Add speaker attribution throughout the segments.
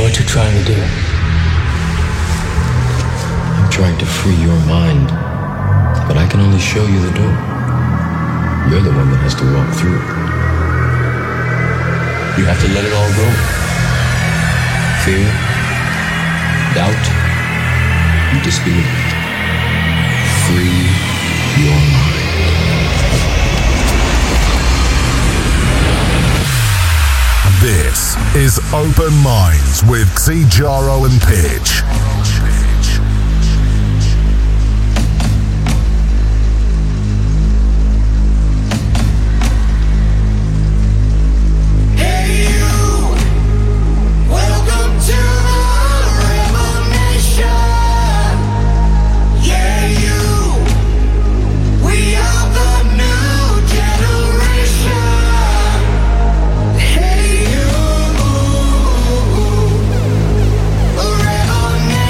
Speaker 1: what you're trying to do?
Speaker 2: I'm trying to free your mind, but I can only show you the door. You're the one that has to walk through it. You have to let it all go. Fear, doubt, you disbelief. Free your mind.
Speaker 3: This is Open Minds with Xijaro and Pitch.
Speaker 4: Hey you, a rebel nation.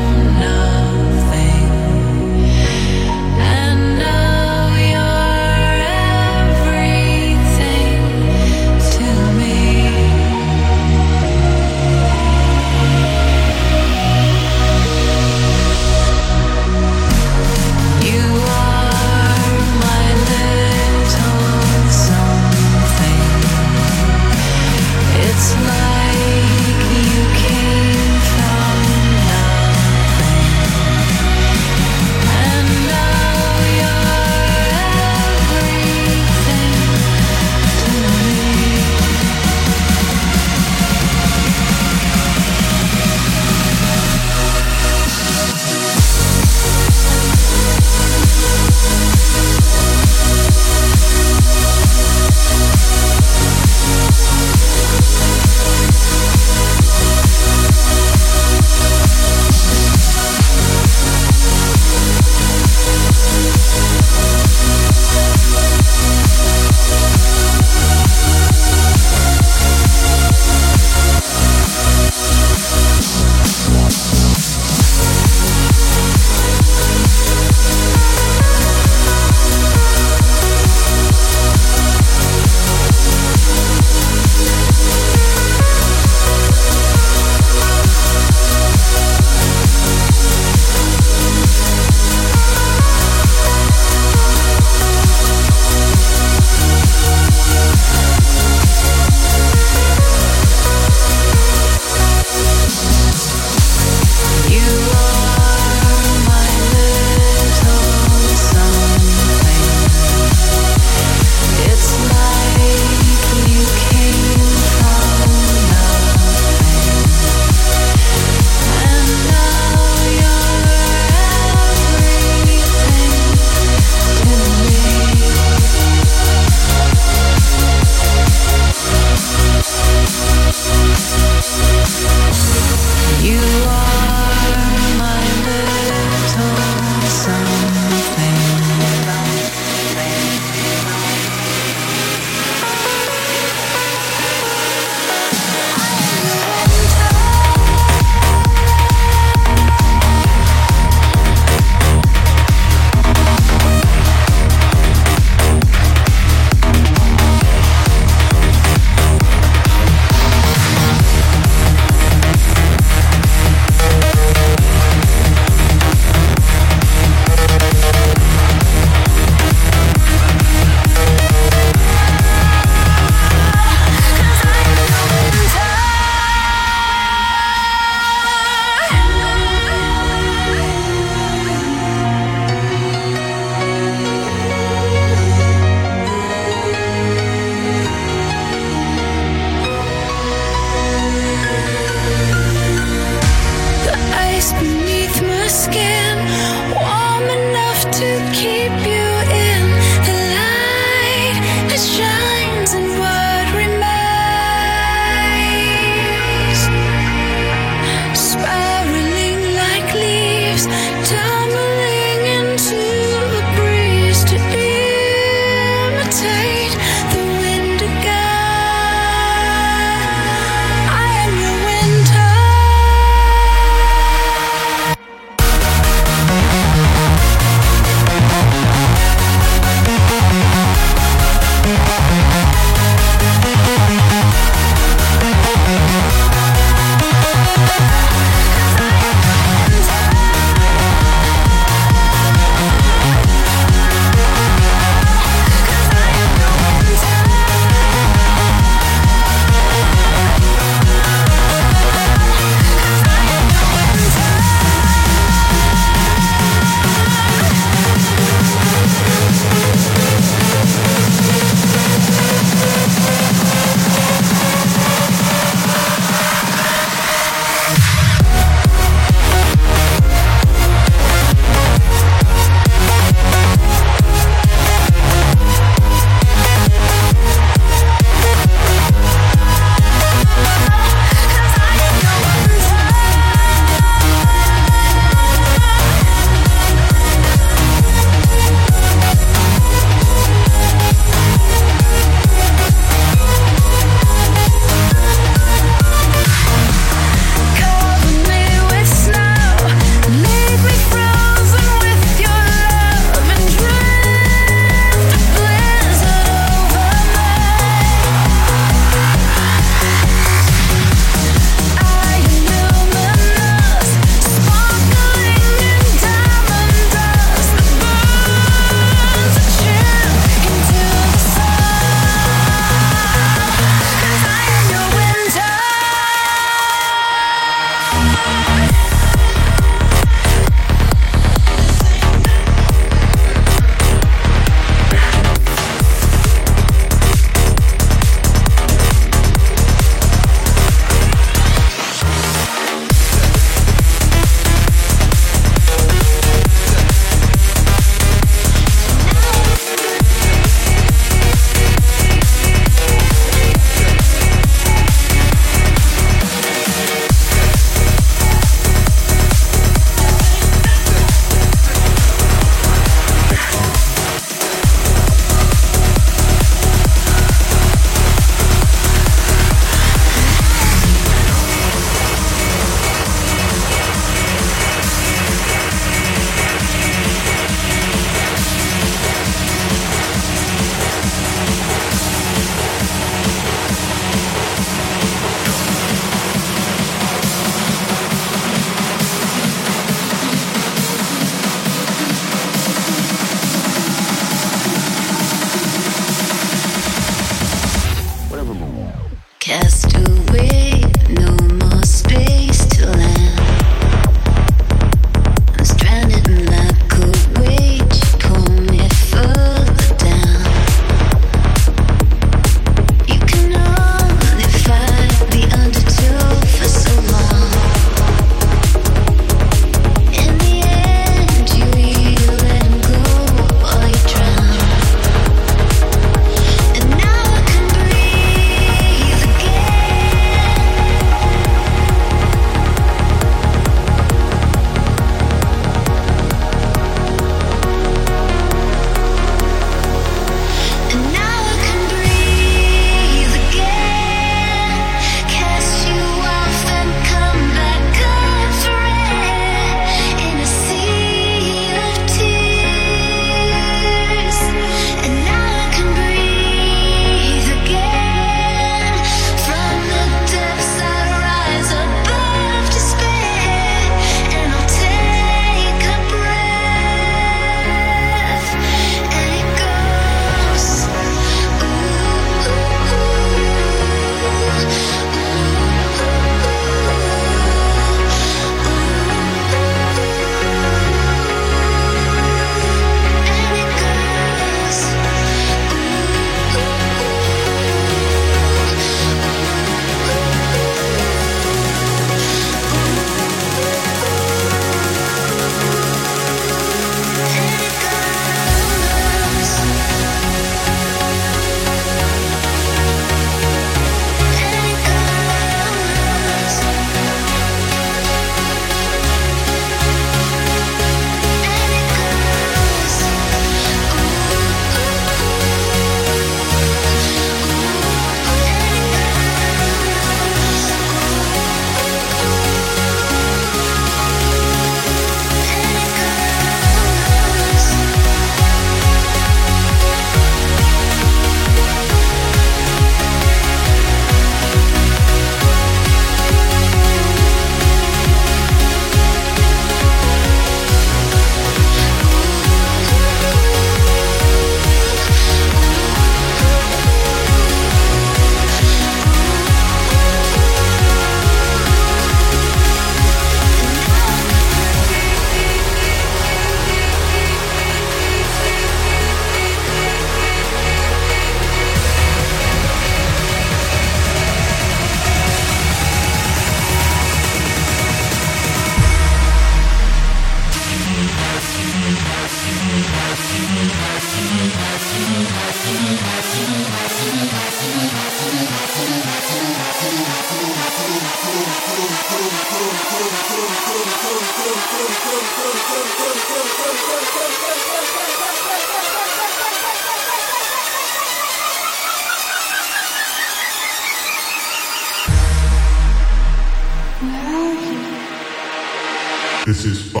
Speaker 1: This is fun.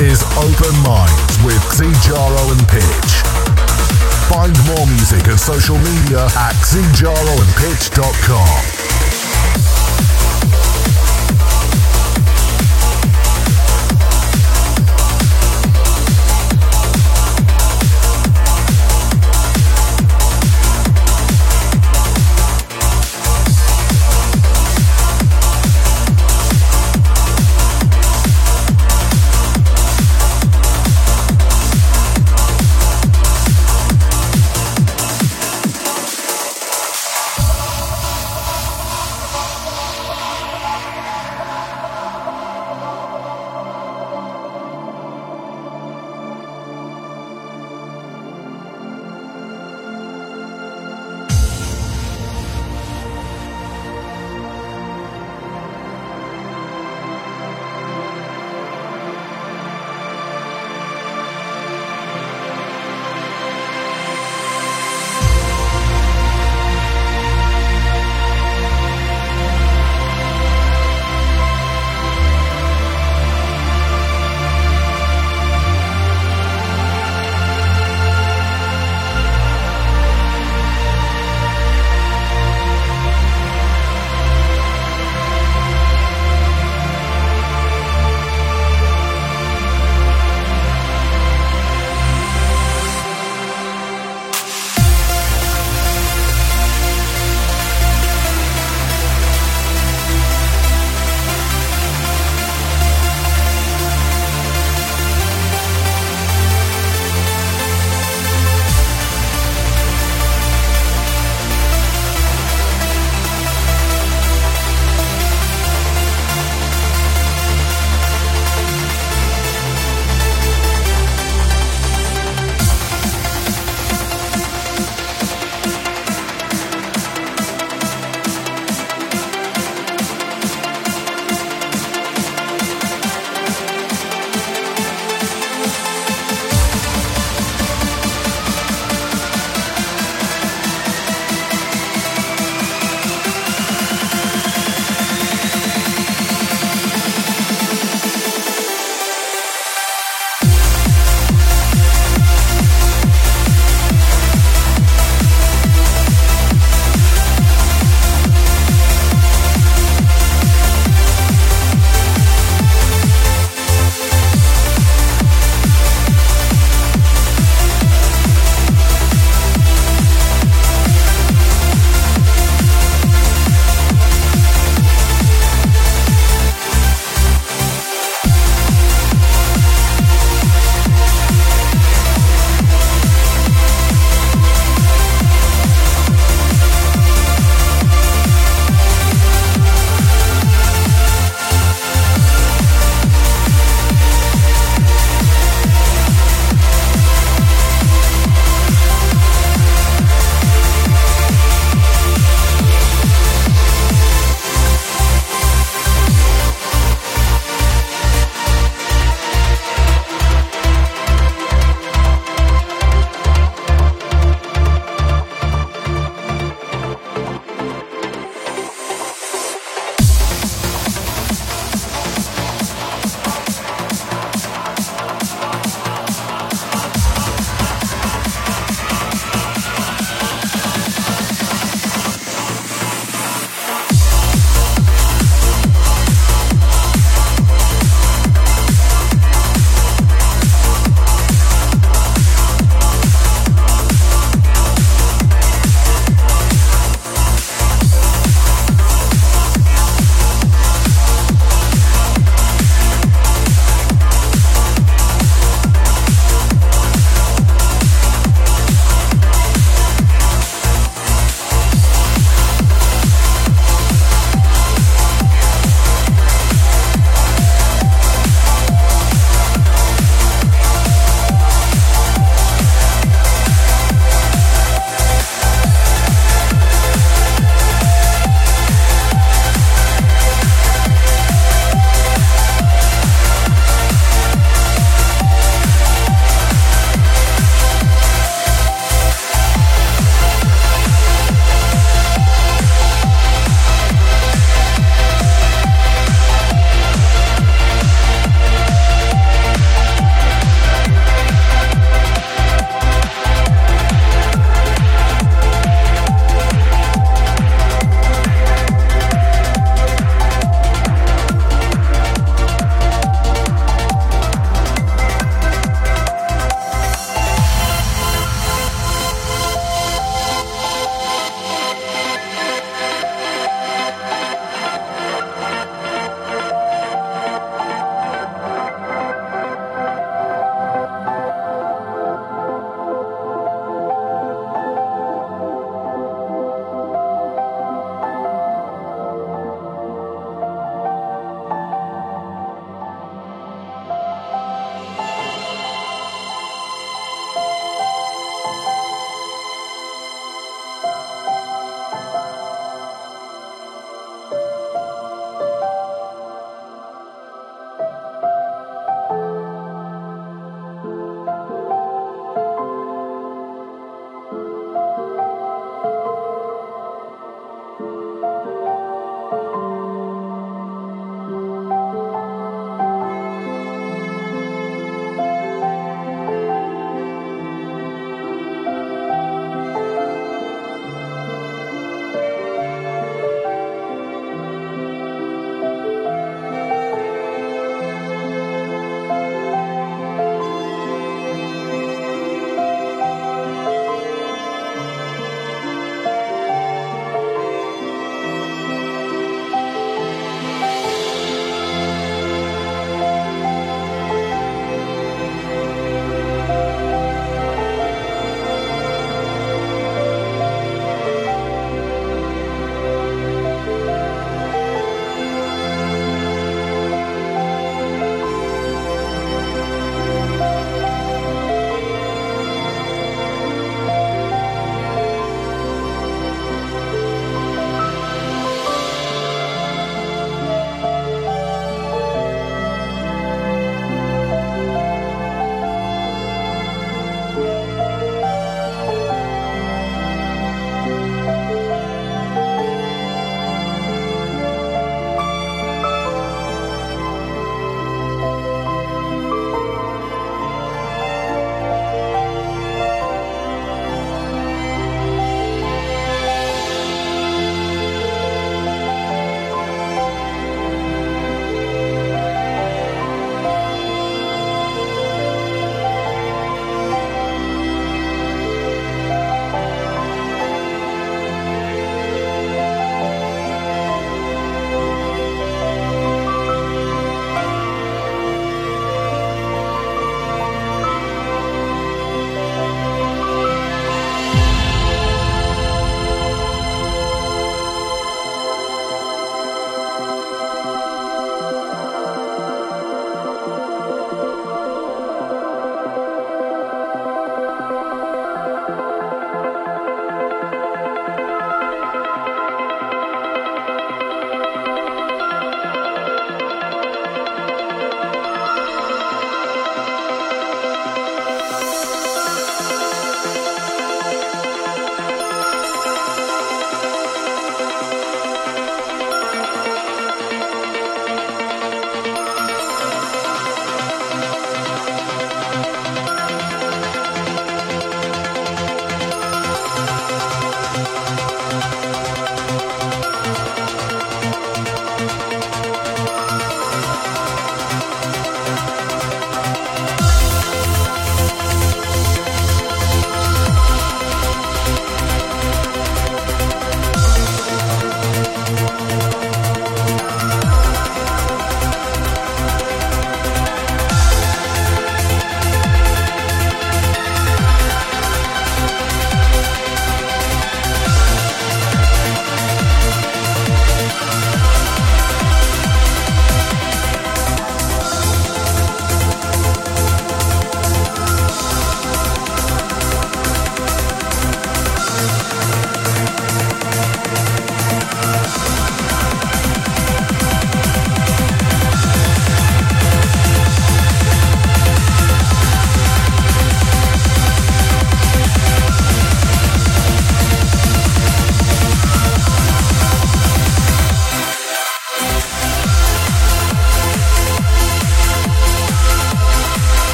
Speaker 3: Minds with Xijaro and Pitch. Find more music and social media at xijaroandpitch.com.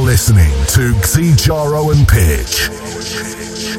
Speaker 3: listening to Xijaro and Pitch.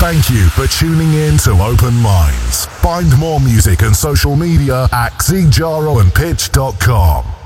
Speaker 3: Thank you for tuning in to Open Minds. Find more music and social media at xjaroandpitch.com.